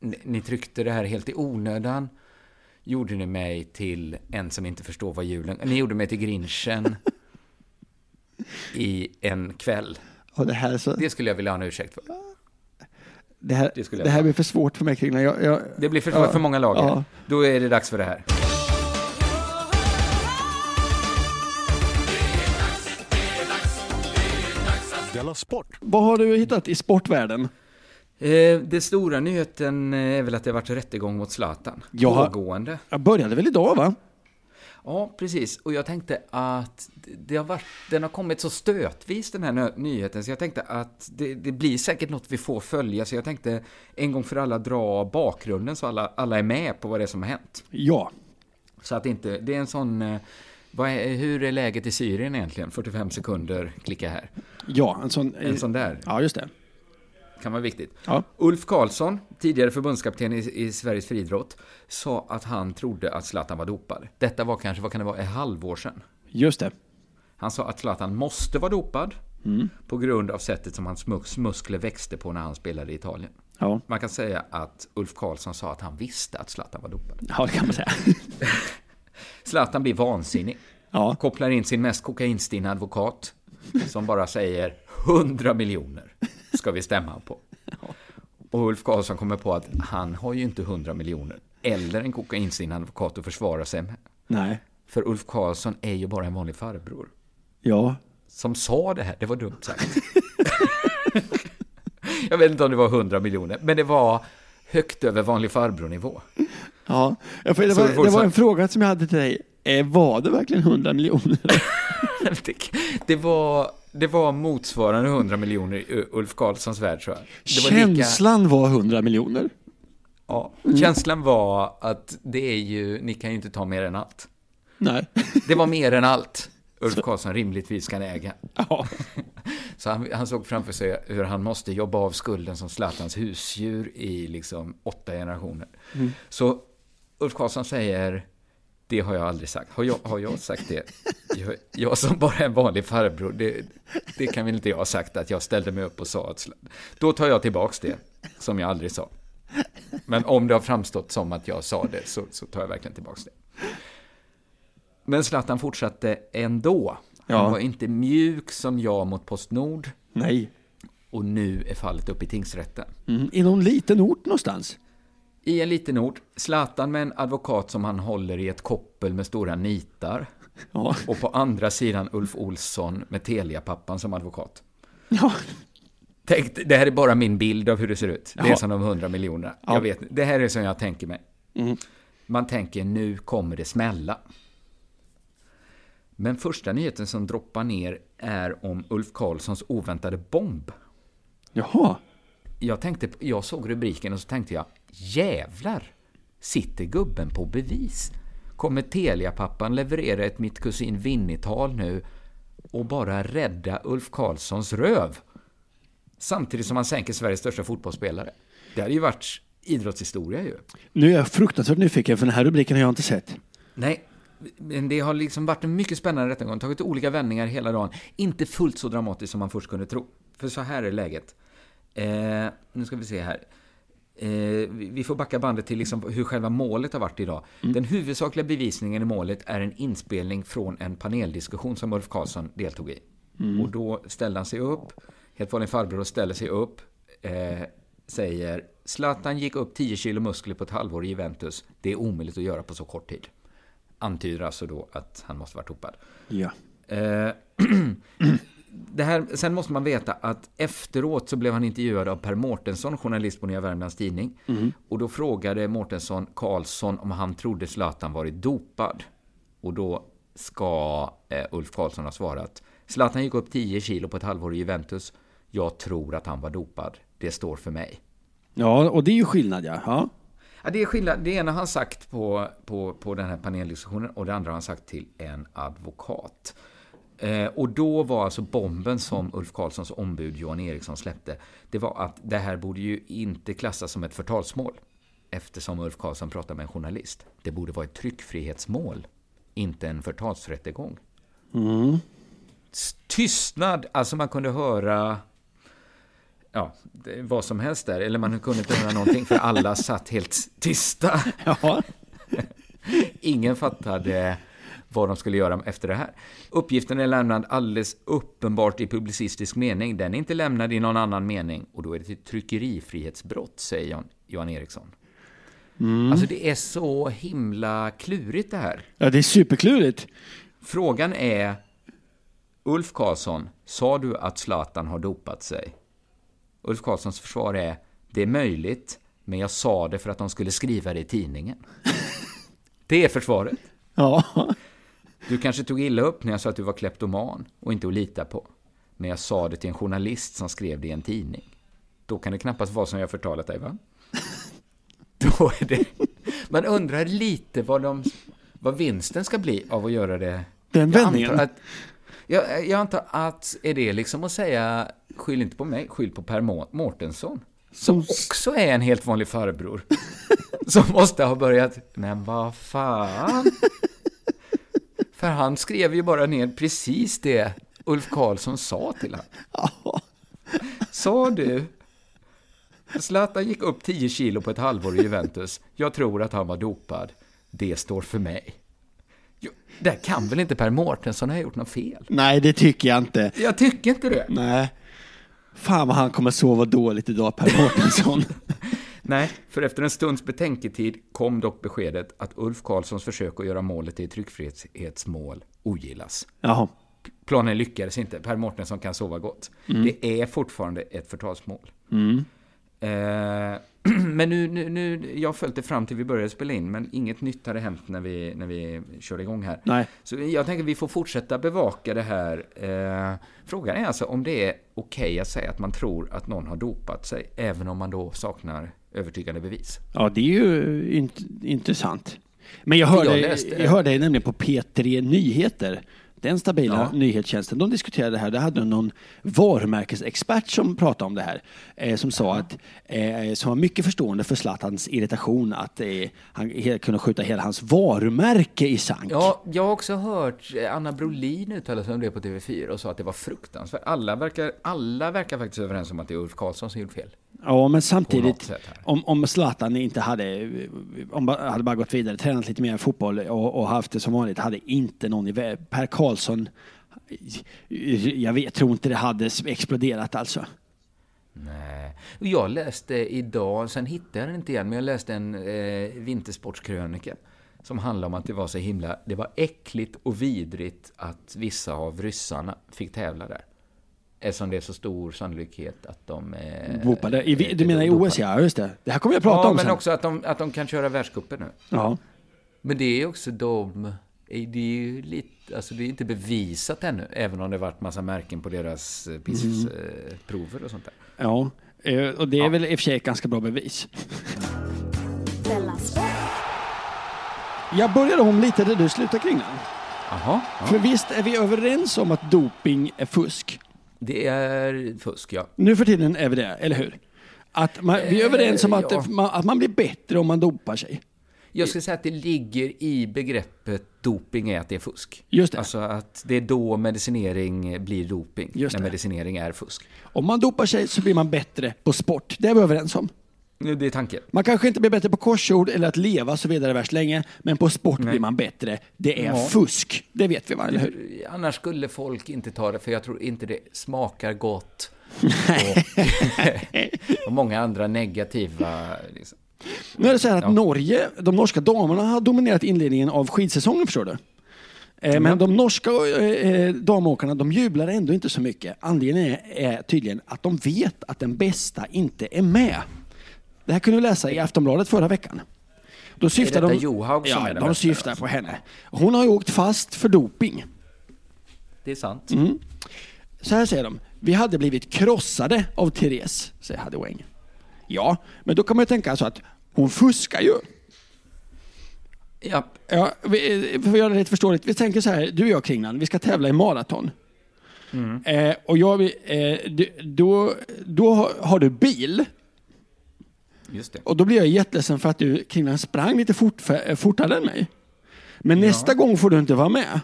ni, ni tryckte det här helt i onödan. Gjorde ni mig till en som inte förstår vad julen... Ni gjorde mig till grinchen i en kväll. och det här är så, Det skulle jag vilja ha en ursäkt för. det här, Det skulle det jag här vilja. blir för svårt för mig Kringlan. Jag, jag, Det blir för, Ja. för många lager. Ja. Då är det dags för det här. Della Sport! Vad har du hittat i sportvärlden? Eh, det stora nyheten eh, är väl att det har varit rättegång mot Zlatan. Jag har- Pågående. Jag började väl idag va? Ja, precis. Och jag tänkte att det har varit, den har kommit så stötvis den här nö- nyheten så jag tänkte att det, det blir säkert något vi får följa så jag tänkte en gång för alla dra bakgrunden så alla, alla är med på vad det är som har hänt. Ja. Så att inte, det är en sån, eh, vad är, hur är läget i Syrien egentligen? 45 sekunder, klicka här. Ja, en sån. En sån där Ja, just det. kan vara viktigt. Ja. Ulf Karlsson, tidigare förbundskapten i, i Sveriges friidrott, sa att han trodde att Zlatan var dopad. Detta var kanske, vad kan det vara, ett halvår sedan. Just det. Han sa att Zlatan måste vara dopad på grund av sättet som hans mus- muskler växte på när han spelade i Italien. Ja. Man kan säga att Ulf Karlsson sa att han visste att Zlatan var dopad. ja, det kan man säga. Zlatan blir vansinnig. Ja. Kopplar in sin mest kokainstinna advokat som bara säger 100 miljoner ska vi stämma honom på. Och Ulf Karlsson kommer på att han har ju inte 100 miljoner eller en kokainstinnad advokat att försvara sig med. Nej. För Ulf Karlsson är ju bara en vanlig farbror. Ja. som sa det här, det var dumt sagt. jag vet inte om det var 100 miljoner, men det var högt över vanlig farbrornivå. Ja. Ja, för Det Så var, vi det var fortsätter. en fråga som jag hade till dig. Eh, Var det verkligen 100 miljoner? Det- det, var, det var motsvarande 100 miljoner i U- Ulf Karlssons värld, tror jag. Det var lika- Känslan var 100 miljoner. ja, känslan var att det är ju, ni kan ju inte ta mer än allt. Nej. Det var mer än allt Ulf Karlsson rimligtvis kan äga. Ja. Så han, han såg framför sig hur han måste jobba av skulden som Zlatans husdjur i liksom åtta generationer. Så Ulf Karlsson säger, det har jag aldrig sagt. Har jag, har jag sagt det? Jag, jag som bara är en vanlig farbror, det, det kan väl inte jag ha sagt att jag ställde mig upp och sa att... Zlatan- Då tar jag tillbaks det, som jag aldrig sa. Men om det har framstått som att jag sa det så, så tar jag verkligen tillbaks det. Men Zlatan fortsatte ändå. Han Ja. var inte mjuk som jag mot Postnord Nej. och nu är fallet uppe i tingsrätten. Mm. I någon liten ort någonstans. I en liten ort, Zlatan med en advokat som han håller i ett koppel med stora nitar Ja. och på andra sidan Ulf Olsson med Telia-pappan som advokat. Ja. Tänk, det här är bara min bild av hur det ser ut. Det är Jaha. som de 100 miljonerna. Ja. Mm. Jag vet, det här är som jag tänker mig. Man tänker nu kommer det smälla. Men första nyheten som droppar ner är om Ulf Karlssons oväntade bomb. Jaha. Jag, tänkte, jag såg rubriken och så tänkte jag, jävlar! Sitter gubben på bevis? Kommer Telia-pappan leverera ett Mitt kusin Vinny-tal nu och bara rädda Ulf Karlssons röv? Samtidigt som han sänker Sveriges största fotbollsspelare. Det hade ju varit idrottshistoria ju. Nu är jag fruktansvärt nyfiken för den här rubriken har jag inte sett. Nej, men det har liksom varit en mycket spännande rättegång. Tagit olika vändningar hela dagen. Inte fullt så dramatiskt som man först kunde tro. För så här är läget. Eh, nu ska vi se här. Eh, vi- vi får backa bandet till liksom hur själva målet har varit idag. Den huvudsakliga bevisningen i målet är en inspelning från en paneldiskussion som Ulf Karlsson deltog i. Och då ställde han sig upp, helt vanlig farbror, och ställer sig upp. Eh, säger Zlatan gick upp 10 kilo muskler på ett halvår i Juventus. Det är omöjligt att göra på så kort tid. Antyder alltså då att han måste vara dopad. Ja. Eh, det här, sen måste man veta att efteråt så blev han intervjuad av Per Mårtensson, journalist på Nya Värmlands Tidning. Och då frågade Mårtensson Karlsson om han trodde Zlatan varit dopad. Och då ska eh, Ulf Karlsson ha svarat. Zlatan gick upp 10 kilo på ett halvår i Juventus. Jag tror att han var dopad. Det står för mig. Ja, och det är ju skillnad ja. ja. Ja, det är skillnad. Det ena har han sagt på, på, på den här paneldiskussionen och det andra har han sagt till en advokat. Eh, och då var alltså bomben som Ulf Karlssons ombud Johan Eriksson släppte, det var att det här borde ju inte klassas som ett förtalsmål. Eftersom Ulf Karlsson pratar med en journalist. Det borde vara ett tryckfrihetsmål, inte en förtalsrättegång. S- Tystnad, alltså man kunde höra ja, det- vad som helst där. Eller man kunde inte höra någonting för alla satt helt tysta. Ja. Ingen fattade vad de skulle göra efter det här. Uppgiften är lämnad alldeles uppenbart i publicistisk mening. Den är inte lämnad i någon annan mening och då är det ett tryckerifrihetsbrott, säger Jan, Johan Eriksson. Alltså det är så himla klurigt det här. Ja, det är superklurigt. Frågan är, Ulf Karlsson, sa du att Zlatan har dopat sig? Ulf Karlssons försvar är, det är möjligt, men jag sa det för att de skulle skriva det i tidningen. Det är försvaret. Ja, Du kanske tog illa upp när jag sa att du var kleptoman och inte att lita på. Men jag sa det till en journalist som skrev det i en tidning. Då kan det knappast vara som jag förtalat dig, va? Då är det... Man undrar lite vad, de, vad vinsten ska bli av att göra det. Den Jag vändningen. antar att- Jag, jag antar att, är det liksom att säga, skyll inte på mig, skyll på Per Må- Mårtensson. som Också är en helt vanlig farbror. Som måste ha börjat, men vad fan. För han skrev ju bara ner precis det Ulf Karlsson sa till honom. Sa du? Zlatan gick upp 10 kilo på ett halvår i Juventus. Jag tror att han var dopad. Det står för mig. Jo, Där kan väl inte Per Mårtensson ha gjort något fel? Nej, det tycker jag inte. Jag tycker inte det. Nej. Fan vad han kommer sova dåligt idag, Per Mårtensson. Nej, för efter en stunds betänketid kom dock beskedet att Ulf Karlssons försök att göra målet till ett tryckfrihetsmål ogillas. Jaha. Planen lyckades inte. Per Mårtensson kan sova gott. Det är fortfarande ett förtalsmål. Eh, men nu, nu, nu, jag har följt det fram till vi började spela in, men inget nytt hade hänt när vi, när vi körde igång här. Nej. Så jag tänker vi får fortsätta bevaka det här. Eh, frågan är alltså om det är okej att säga att man tror att någon har dopat sig, även om man då saknar övertygande bevis. Ja, det är ju int- intressant. Men jag Jag hörde, läste jag, det. hörde det nämligen på P3 Nyheter. Den stabila Ja. nyhetstjänsten, de diskuterade det här. Det hade någon varumärkesexpert som pratade om det här. Eh, som sa att, eh, som var mycket förstående för Zlatans irritation att eh, han he- kunde skjuta hela hans varumärke i sank. Ja, jag har också hört eh, Anna Brolin uttala sig om det på TV4 och sa att det var fruktansvärt. Alla verkar, alla verkar faktiskt överens om att det är Ulf Karlsson som gjort fel. Ja, men På något samtidigt, sätt här. om, om Zlatan inte hade, om ba- hade bara gått vidare, tränat lite mer fotboll och, och haft det som vanligt, hade inte någon i vä- Per Karlsson, jag vet, tror inte det hade s- exploderat alltså. Nej. Och Jag läste idag, sen hittade jag den inte igen, men jag läste en eh, vintersportskrönika som handlade om att det var så himla, det var äckligt och vidrigt att vissa av ryssarna fick tävla där. Eftersom det är så stor sannolikhet att de... Eh, Dopade. I, vi- är du menar i dopade. OS, ja, just det. Det här kommer jag prata Ja, om men sen. också att de, att de kan köra världscupen nu. Ja. Men det är också de... eh, Det är ju lite... Alltså det är inte bevisat ännu, även om det varit massa märken på deras eh, pissprover och sånt där. ja. Eh, Och det är väl i och för sig ett ganska bra bevis. Della Sport. Jag börjar om lite där du slutar kring den. Jaha. Ja. För visst är vi överens om att doping är fusk? Det är fusk, ja. Nu för tiden är vi det, eller hur? Att man, vi är överens om att, Eh, ja. man, att man blir bättre om man dopar sig. Jag skulle säga att det ligger i begreppet doping är att det är fusk. Just det. Alltså att det är då medicinering blir doping. Just när det. medicinering är fusk. Om man dopar sig så blir man bättre på sport. Det är vi överens om. Nu, Det är tanken. Man kanske inte blir bättre på korsord eller att leva så vidare värst länge, men på sport blir man bättre. Det är Ja. fusk. Det vet vi, va? Eller hur? Annars skulle folk inte ta det, för jag tror inte det smakar gott. Och, och många andra negativa... Liksom. Nu är det så här att Norge, de norska damerna har dominerat inledningen av skidsäsongen, förstår du. Eh, Mm. Men de norska eh, eh, damåkarna de jublar ändå inte så mycket. Anledningen är, är tydligen att de vet att den bästa inte är med. Det här kunde vi läsa i Aftonbladet förra veckan. Då syftar detta de, Johaug som ja, är den de bästa, syftar alltså? på henne. Hon har ju åkt fast för doping. Det är sant. Så här säger de. Vi hade blivit krossade av Therese, säger Hadi Weng. Ja, men då kan man ju tänka så att hon fuskar ju. Ja, Ja, vi, för att göra det lite förståeligt. Vi tänker så här, du och jag Kringland, vi ska tävla i maraton. Eh, och jag, vill- eh, du, då, då har- har du bil. just det. Och då blir jag jätteledsen för att du Kringland sprang lite fort, för, eh, fortare än mig. Men nästa gång får du inte vara med.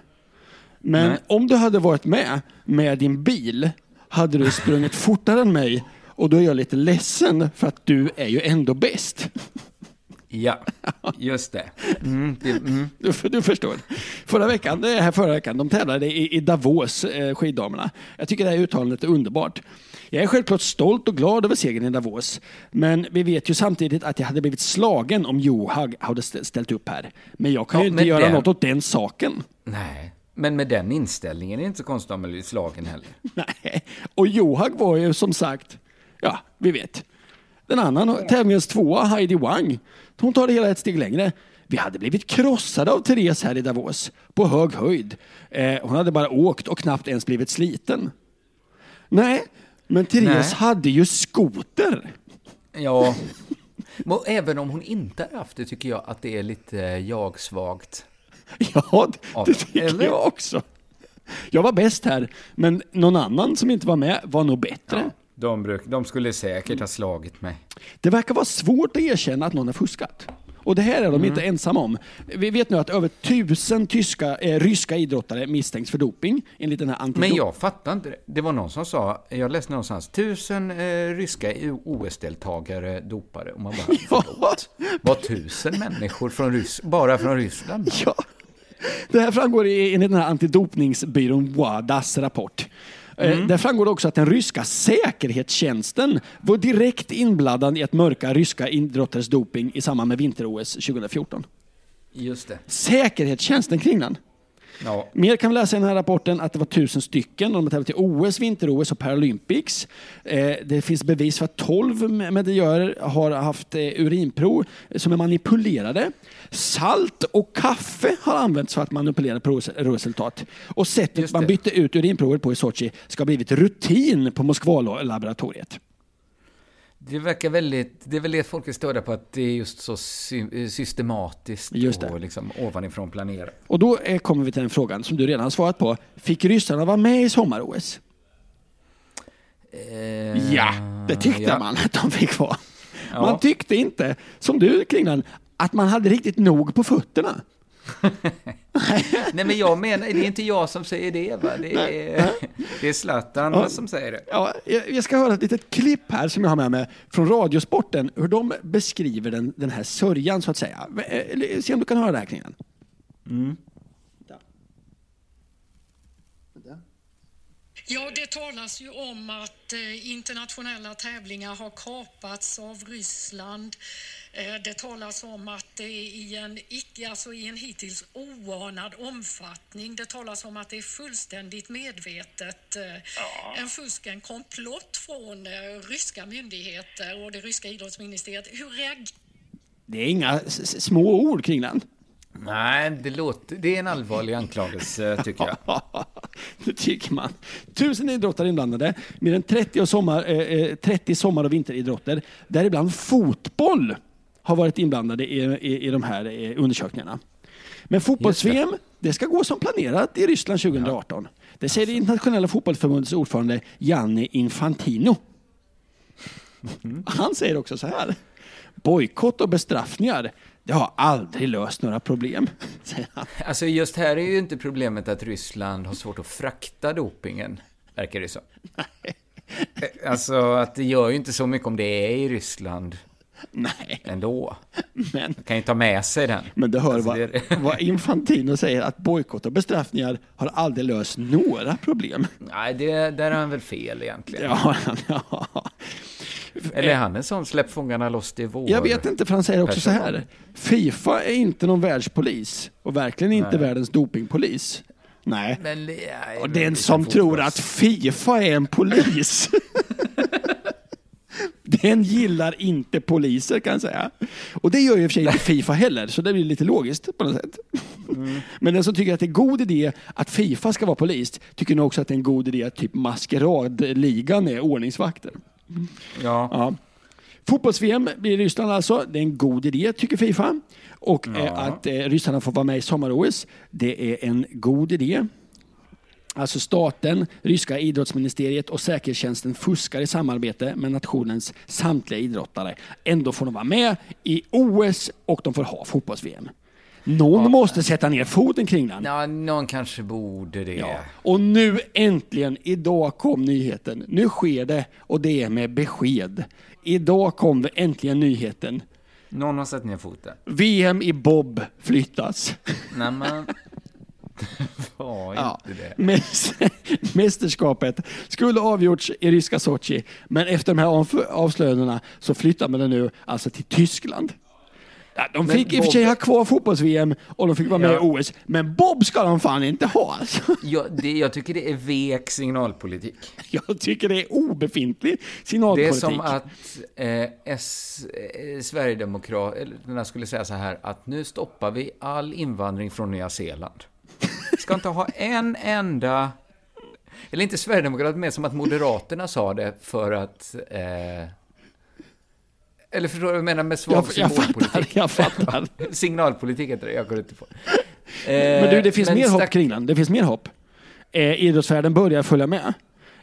Men Nej. om du hade varit med med din bil hade du sprungit fortare än mig. Och då är jag lite ledsen för att du är ju ändå bäst. Ja, just det. Mm, det mm. Du, du förstår. Förra veckan, det här förra veckan, de tävlade i, i Davos, eh, skiddamerna. Jag tycker det här uttalandet är underbart. Jag är självklart stolt och glad över segern i Davos, men vi vet ju samtidigt att jag hade blivit slagen om Johaug hade st- ställt upp här. Men jag kan Ja, ju inte men göra den- något åt den saken. Nej, men med den inställningen är det inte så konstigt om man blir slagen heller. Nej, och Johaug var ju som sagt, ja, vi vet. Den annan tävlingens tvåa, Heidi Wang, hon tar det hela ett steg längre. Vi hade blivit krossade av Therese här i Davos, på hög höjd. Eh, hon hade bara åkt och knappt ens blivit sliten. Nej, men Therese Nej. hade ju skoter. Ja, men även om hon inte har haft det tycker jag att det är lite eh, jag-svagt. Ja, det, Ja, det tycker eller? jag också. Jag var bäst här, men någon annan som inte var med var nog bättre. De, bruk, de skulle säkert ha slagit mig. Det verkar vara svårt att erkänna att någon har fuskat. Och det här är de inte ensamma om. Vi vet nu att över tusen tyska, eh, ryska idrottare misstänks för doping enligt den här anti Men jag fattar inte det. Det var någon som sa, jag läste någonstans, tusen eh, ryska OS-deltagare dopade. Och man bara, förlåt? Var tusen människor från Ryss, bara från Ryssland? Ja. Det här framgår i- enligt den här antidopningsbyrån WADAs rapport. Mm. Där framgår det också att den ryska säkerhetstjänsten var direkt inblandad i att mörka ryska idrottares doping i samband med vinter-OS 2014. Just det. Säkerhetstjänsten kring den. Ja, Mer kan vi läsa i den här rapporten att det var tusen stycken. De har tävlat i OS, vinter-OS och Paralympics. Eh, det finns bevis för att 12 medaljörer har haft eh, urinprov som är manipulerade. Salt och kaffe har använts för att manipulera provs- resultat. Och sättet Just man det. bytte ut urinprover på i Sochi ska ha blivit rutin på Moskvalaboratoriet. det verkar väldigt, det är väl det folk är störda på, att det är just så sy- eh, systematiskt Just det. och liksom ovanifrån planerat. Och då eh, kommer vi till den frågan som du redan har svarat på. Fick ryssarna vara med i sommar-OS? Eh, Ja, det tyckte ja. man att de fick vara. Ja. Man tyckte inte, som du Kringlan, att man hade riktigt nog på fötterna. Nej men jag menar, det är inte jag som säger det va? Det är, det är Zlatan som säger det. Ja, jag jag ska höra ett litet klipp här som jag har med mig från Radiosporten, hur de beskriver den, den här sörjan så att säga. V- eh, Se om du kan höra det här Kringlan. Ja, det talas ju om att eh, internationella tävlingar har kapats av Ryssland. Eh, det talas om att det är i en, icke, alltså i en hittills oanad omfattning. Det talas om att det är fullständigt medvetet. Eh, En fusk, en komplott från eh, ryska myndigheter och det ryska idrottsministeriet. Hur reagerar Det är inga s- s- små ord Kringlan. Nej, det, låter, det är en allvarlig anklagelse tycker jag. det tycker man. Tusen idrottare inblandade, mer än 30, och sommar, eh, eh, 30 sommar och vinteridrotter, däribland fotboll, har varit inblandade i, i, i de här eh, undersökningarna. Men fotbolls-VM, det. ska gå som planerat i Ryssland 2018. Det säger det internationella fotbollsförbundets ordförande Gianni Infantino. Han säger också så här. Bojkott och bestraffningar, det har aldrig löst några problem, säger han. Alltså just här är ju inte problemet att Ryssland har svårt att frakta dopingen, verkar det som. Eh, Alltså att det gör ju inte så mycket om det är i Ryssland Nej, ändå. men Man kan ju ta med sig den. Men du hör Alltså, vad, det är- vad Infantino säger, att bojkott och bestraffningar har aldrig löst några problem. Nej, det, där har han väl fel egentligen. Ja, ja. Eller är han en sån släpp fångarna loss, det är vår? eh- Jag vet inte, för han säger också så Person. här. Fifa är inte någon världspolis och verkligen inte världens dopingpolis. Nej. Men, nej, Och men den lite som tror fotbolls- att Fifa är en polis. Den gillar inte poliser kan jag säga. Och det gör ju i och för sig inte Fifa heller, så det blir lite logiskt på något sätt. Mm. Men den som tycker att det är god idé att Fifa ska vara polis tycker nog också att det är en god idé att typ maskeradligan är ordningsvakter. Ja. Ja. Fotbolls-VM blir i Ryssland alltså. Det är en god idé tycker Fifa. Och eh, att eh, ryssarna får vara med i sommar-OS, det är en god idé. Alltså staten, ryska idrottsministeriet och säkerhetstjänsten fuskar i samarbete med nationens samtliga idrottare. Ändå får de vara med i OS och de får ha fotbolls-VM. Någon måste sätta ner foten kring den. Ja, någon kanske borde det. Ja. Och nu äntligen, idag kom nyheten. Nu sker det och det är med besked. Idag kom äntligen nyheten. Någon har satt ner foten. VM i bob flyttas. Nej, men... Var inte Ja. det. Mäs- Mästerskapet skulle avgjorts i ryska Sochi, men efter de här avf- avslöjandena så flyttar man det nu alltså till Tyskland. Ja, de Men fick i och för Bob- sig ha kvar fotbolls-VM och de fick vara med Ja. i OS, men Bob ska de fan inte ha alltså. Jag, det, jag tycker det är vek signalpolitik. Jag tycker det är obefintlig signalpolitik. Det är som att eh, S, eh, Sverigedemokraterna skulle säga så här att nu stoppar vi all invandring från Nya Zeeland. Vi ska inte ha en enda... Eller inte Sverigedemokraterna, mer som att Moderaterna sa det för att... Eh, eller förstår du vad jag menar med svag jag, jag fattar, symbolpolitik? jag fattar. Signalpolitik heter det, jag går inte på. Eh, Men du, det finns men mer hopp stack- kring den. Det finns mer hopp. Eh, idrottsvärlden börjar följa med.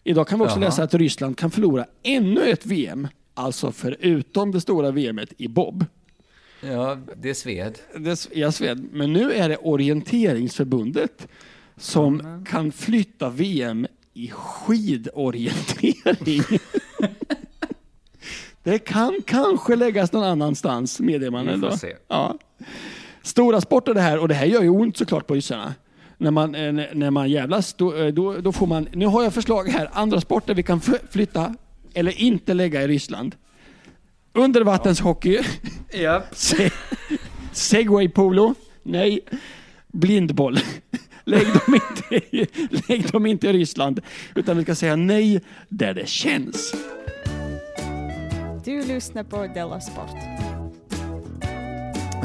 Idag kan vi också Jaha. läsa att Ryssland kan förlora ännu ett VM. Alltså förutom det stora VMet i bob. Ja, det sved. Det s- Jag sved, men nu är det orienteringsförbundet som kan flytta VM i skidorientering. det kan kanske läggas någon annanstans, meddelar man Vi får ändå. se. Ja. Stora sporter det här och det här gör ju ont såklart på ryssarna. När man, eh, n- när man jävlas, då, eh, då, då får man... Nu har jag förslag här, andra sporter vi kan f- flytta eller inte lägga i Ryssland. Undervattenshockey. Ja. Se- Segway polo? Nej. Blindboll. Lägg dem, inte i, lägg dem inte i Ryssland, utan vi ska säga nej där det känns. Du lyssnar på Della Sport.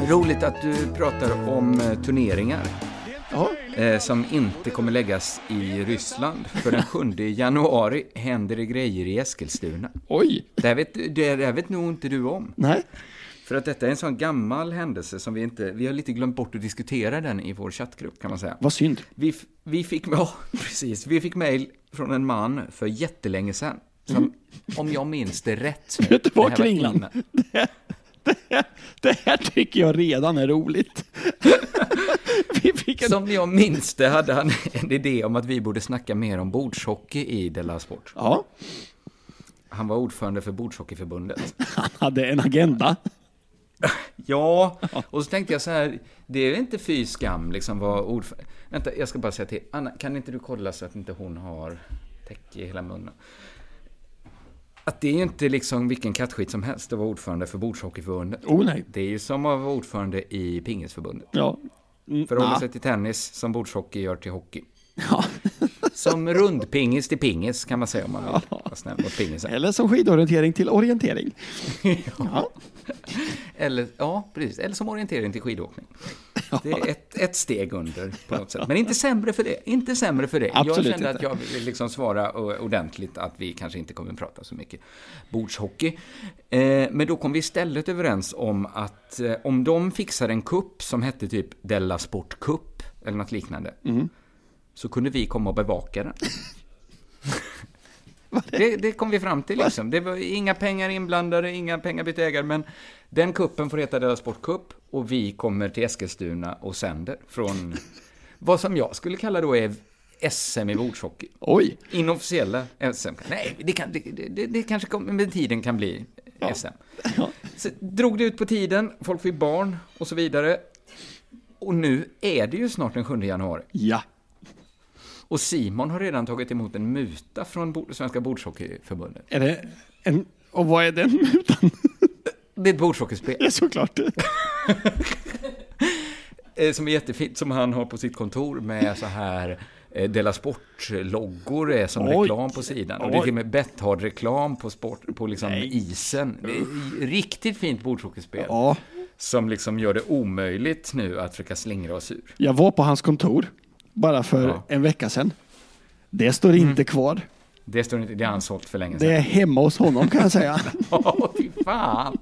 Roligt att du pratar om eh, turneringar. Ja, eh, som inte kommer läggas i Ryssland. För den 7 januari händer det grejer i Eskilstuna. oj, Det här, vet, det, det här vet nog inte du om. nej. För att detta är en sån gammal händelse som vi inte... Vi har lite glömt bort att diskutera den i vår chattgrupp kan man säga. Vad synd. Vi, f- vi fick... Ja, precis. Vi fick mejl från en man för jättelänge sedan. Som, om jag minns det rätt... nu- Vet du vad, det här var Kringland? innan- Det här, det här tycker jag redan är roligt. Vi fick en... Som jag minns det hade han en idé om att vi borde snacka mer om bordshockey i Della Sport. Ja, Han var ordförande för Bordshockeyförbundet. han hade en agenda. Ja, och så tänkte jag så här, det är inte fy skam liksom vad ordförande... Vänta, jag ska bara säga till Anna, kan inte du kolla så att inte hon har täcke i hela munnen? Att det är ju inte liksom vilken kattskit som helst att vara ordförande för Bordshockeyförbundet. Oh nej. Det är ju som att vara ordförande i Pingisförbundet. Ja. Mm, För att hålla nja. sig till tennis som bordshockey gör till hockey. Ja. Som rundpingis till pingis kan man säga om man vill. Var snäll mot pingisen. Eller som skidorientering till orientering. Ja. Eller, ja, precis. Eller som orientering till skidåkning. Det är ett, ett steg under på något sätt. Men inte sämre för det. Inte sämre för det. jag Absolut inte. kände att jag ville liksom svara o- ordentligt att vi kanske inte kommer att prata så mycket bordshockey. Eh, men då kom vi istället överens om att eh, om de fixar en kupp som hette typ Della Sport Cup eller något liknande. Mm. Så kunde vi komma och bevaka den. Det, det kom vi fram till liksom. Det var inga pengar inblandade, inga pengar bytte ägare, men den kuppen får heta Della Sport Cup och vi kommer till Eskilstuna och sänder från vad som jag skulle kalla då är SM i bordshockey. Oj. Inofficiella SM. Nej, det, kan, det, det, det kanske kommer, med tiden kan bli SM. Ja. Så drog det ut på tiden, folk fick barn och så vidare. Och nu är det ju snart den 7 januari. Ja. Och Simon har redan tagit emot en muta från Bo- Svenska Bordshockeyförbundet. Är det en... Och vad är den mutan? Det är ett bordshockeyspel. Ja, såklart. eh, som är jättefint, som han har på sitt kontor med så här eh, Della Sport-loggor är som Oj. reklam på sidan. Och det är Oj. till och med Betthard-reklam på, sport, på liksom isen. Det är riktigt fint bordshockeyspel. Ja. Som liksom gör det omöjligt nu att försöka slingra oss ur. Jag var på hans kontor bara för Ja. en vecka sedan. Det står inte kvar. Det står inte, det har han sålt för länge Det sedan. är hemma hos honom kan jag säga. Åh, fy fan!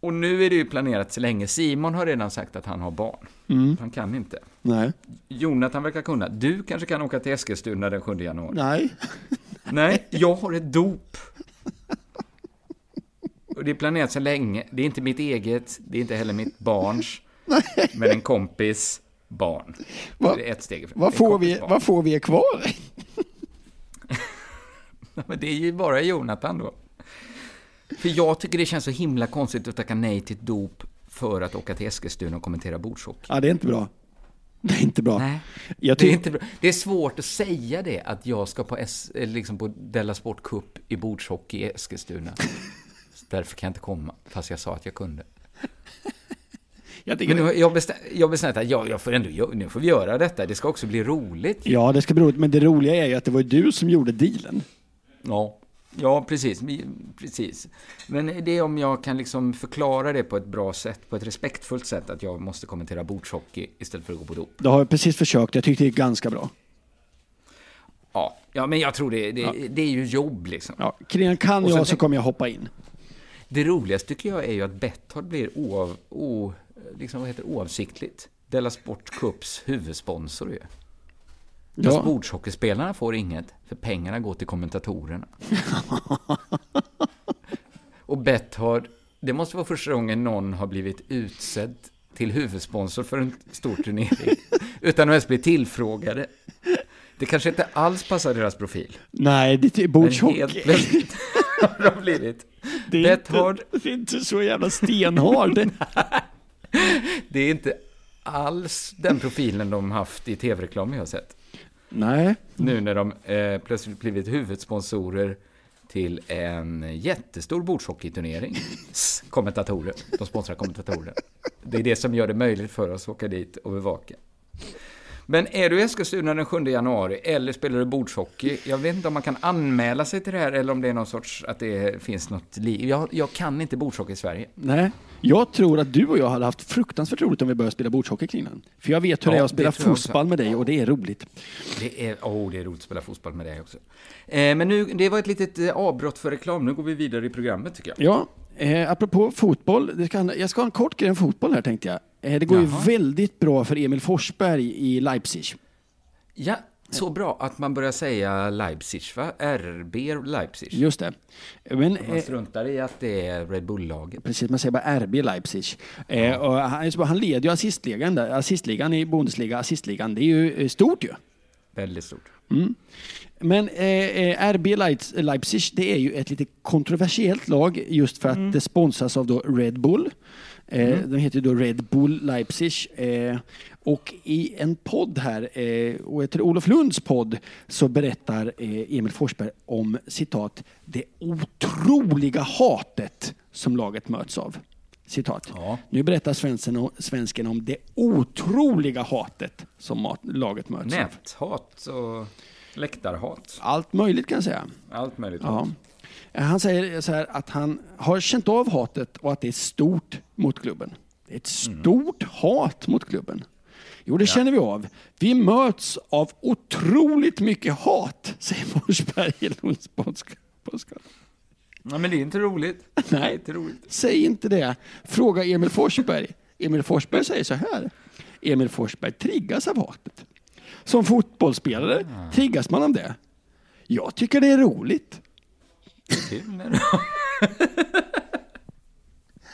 Och nu är det ju planerat så länge. Simon har redan sagt att han har barn. Mm. Han kan inte. Nej. Jonathan verkar kunna. Du kanske kan åka till Eskilstuna den 7 januari? Nej. Nej, jag har ett dop. Och det är planerat sedan länge. Det är inte mitt eget, det är inte heller mitt barns, men en kompis barn. Va- det är ett steg ifrån. Vad En får, kompis vi, barn. vad får vi kvar? Men det är ju bara Jonathan då. För jag tycker det känns så himla konstigt att tacka nej till ett dop för att åka till Eskilstuna och kommentera bordshockey. Ja, det är inte bra. Det är inte bra. Nej, Jag det är, ty- inte bra. det är svårt att säga det, att jag ska på, S, eh, liksom på Della Sport Cup i bordshockey i Eskilstuna. Så Därför kan jag inte komma, fast jag sa att jag kunde. jag tycker Men nu, har jag bestämde jag bestämt att jag, jag får ändå, gö- nu får vi göra detta, det ska också bli roligt. Ja, det ska bli roligt. Men det roliga är ju att det var ju du som gjorde dealen. Ja, ja precis, Vi- precis. Men det är om jag kan liksom förklara det på ett bra sätt, på ett respektfullt sätt, att jag måste kommentera bordshockey istället för att gå på dop. Det har jag precis försökt. Jag tyckte det gick ganska bra. Ja, ja men jag tror det, det, det är ju jobb liksom. Ja, Kring kan Och sen jag så tänk- kommer jag hoppa in. Det roligaste tycker jag är ju att Betthard blir oav, o, liksom, vad heter, det, oavsiktligt Della Sport Cups huvudsponsor ju. Fast Ja. bordshockeyspelarna får inget, för pengarna går till kommentatorerna. Och Betthard, det måste vara första gången någon har blivit utsedd till huvudsponsor för en stor turnering, utan att ens bli tillfrågade. Det kanske inte alls passar deras profil. Nej, det är typ Men bordshockey. helt plötsligt har de blivit. Det är, Betthard inte, det är inte så jävla stenhård. Det är inte alls den profilen de haft i tv-reklam jag har sett. Nej. Nu när de eh, plötsligt blivit huvudsponsorer till en jättestor bordshockeyturnering. S- Kommentatorer. De sponsrar kommentatorer. Det är det som gör det möjligt för oss att åka dit och bevaka. Men är du i Eskilstuna den 7 januari eller spelar du bordshockey? Jag vet inte om man kan anmäla sig till det här eller om det är någon sorts att det finns något liv. Jag, jag kan inte bordshockey i Sverige. Nej. Jag tror att du och jag hade haft fruktansvärt roligt om vi började spela bordshockey kring den. För jag vet hur Ja, det är det att spela tror jag också. fotboll med dig och det är roligt. Det är, oh, det är roligt att spela fotboll med dig också. Eh, men nu, det var ett litet eh, avbrott för reklam. Nu går vi vidare i programmet tycker jag. Ja, eh, apropå fotboll. Det ska, handla- jag ska ha en kort grej om fotboll här tänkte jag. Eh, det går Jaha. ju väldigt bra för Emil Forsberg i Leipzig. Ja, så bra att man börjar säga Leipzig, va? RB Leipzig. Just det. Men, Man eh, struntar i att det är Red Bull-laget. precis, man säger bara RB Leipzig. Eh, och han, han leder ju assistligan, där. assistligan i Bundesliga, assistligan. Det är ju eh, stort ju. Väldigt stort. Mm, Men eh, eh, RB Leipz- Leipzig, det är ju ett lite kontroversiellt lag just för att det sponsras av då Red Bull. Eh, Den heter ju då Red Bull Leipzig. Eh, och i en podd här, eh, och jag tror Olof Lunds podd, så berättar eh, Emil Forsberg om citat, det otroliga hatet som laget möts av. Citat. Ja. Nu berättar svensken o- svensken om det otroliga hatet som mat- laget möts av. Näthat och läktarhat. Allt möjligt kan jag säga. Allt möjligt. Ja. Han säger så här att han har känt av hatet och att det är stort mot klubben. Det är ett stort hat mot klubben. Jo, det känner vi av. Vi möts av otroligt mycket hat, säger Forsberg i Lunds podcast. Ja, men det är inte roligt. Det är inte roligt. Säg inte det. Fråga Emil Forsberg. Emil Forsberg säger så här. Emil Forsberg triggas av hatet. Som fotbollsspelare triggas man av det. Jag tycker det är roligt. Kul med det.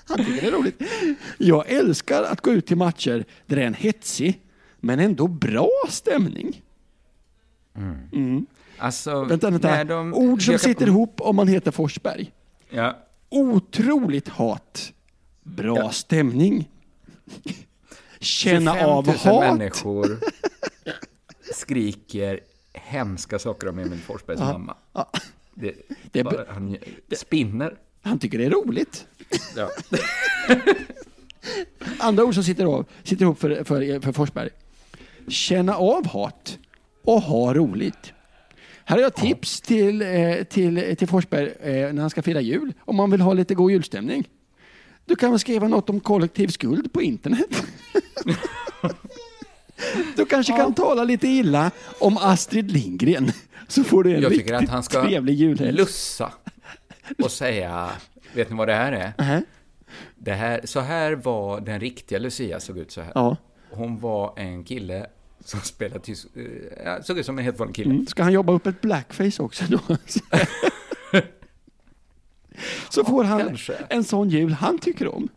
Han tycker det är roligt. Jag älskar att gå ut till matcher där det är en hetsig, men ändå bra stämning. Alltså, Vänta, vänta. när de- Ord som jag kan- sitter ihop om man heter Forsberg. Ja. Otroligt hat. Bra stämning. Känna 25 av 000 hat. människor skriker hemska saker om Emil Forsbergs mamma. Ja, Det, Det är bara, br- han spinner. han tycker det är roligt. Ja. Andra ord som sitter, av, sitter ihop för, för, för Forsberg. Känna av hat och ha roligt. Här har jag tips till, eh, till, till Forsberg eh, när han ska fira jul, om man vill ha lite god julstämning. Du kan väl skriva något om kollektiv skuld på internet? Du kanske kan tala lite illa om Astrid Lindgren, så får du en Jag riktigt tycker att han ska trevlig julhelg. lussa och säga, vet ni vad det här är? Nähä. Det här, så här var den riktiga Lucia såg ut så här. Ja. Hon var en kille som spelade tysk, eh, ja, såg ut som en helt vanlig kille. Mm. Ska han jobba upp ett blackface också då? Så får han kanske. en sån jul han tycker om.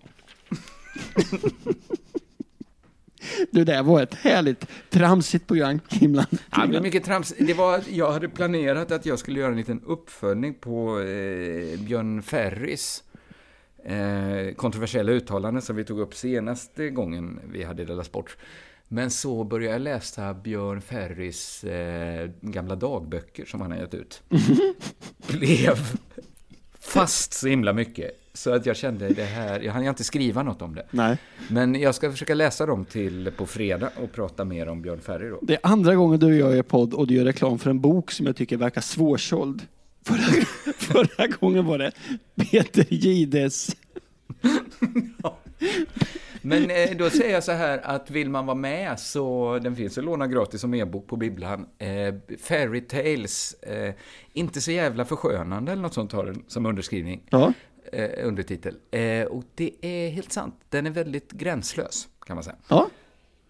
Du, det här var ett härligt tramsigt program, Kimland. Ja, det var mycket trams. Det var, jag hade planerat att jag skulle göra en liten uppföljning på eh, Björn Ferrys eh, kontroversiella uttalanden som vi tog upp senaste gången vi hade Della Sport. Men så började jag läsa Björn Ferrys eh, gamla dagböcker som han har gett ut. Blev fast så himla mycket. Så att jag kände det här, jag hann inte skriva något om det. Nej. Men jag ska försöka läsa dem till på fredag och prata mer om Björn Ferry då. Det är andra gången du och jag gör podd och du gör reklam för en bok som jag tycker verkar svårsåld. Förra, förra gången var det Peter Gides. Men eh, då säger jag så här att vill man vara med så den finns att låna gratis som e-bok på bibblan. Eh, Fairy Tales, eh, inte så jävla förskönande eller något sånt har den som underskrivning, Ja. eh, undertitel. Eh, och det är helt sant, den är väldigt gränslös kan man säga. ja.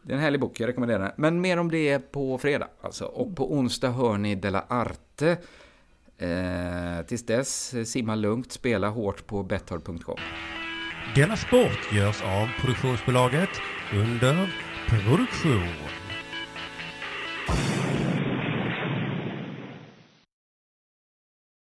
Det är en härlig bok, jag rekommenderar den. Men mer om det på fredag alltså. Och på onsdag hör ni Della Arte. Eh, tills dess, eh, simma lugnt, spela hårt på betthard.com. Denna sport görs av produktionsbolaget under produktion.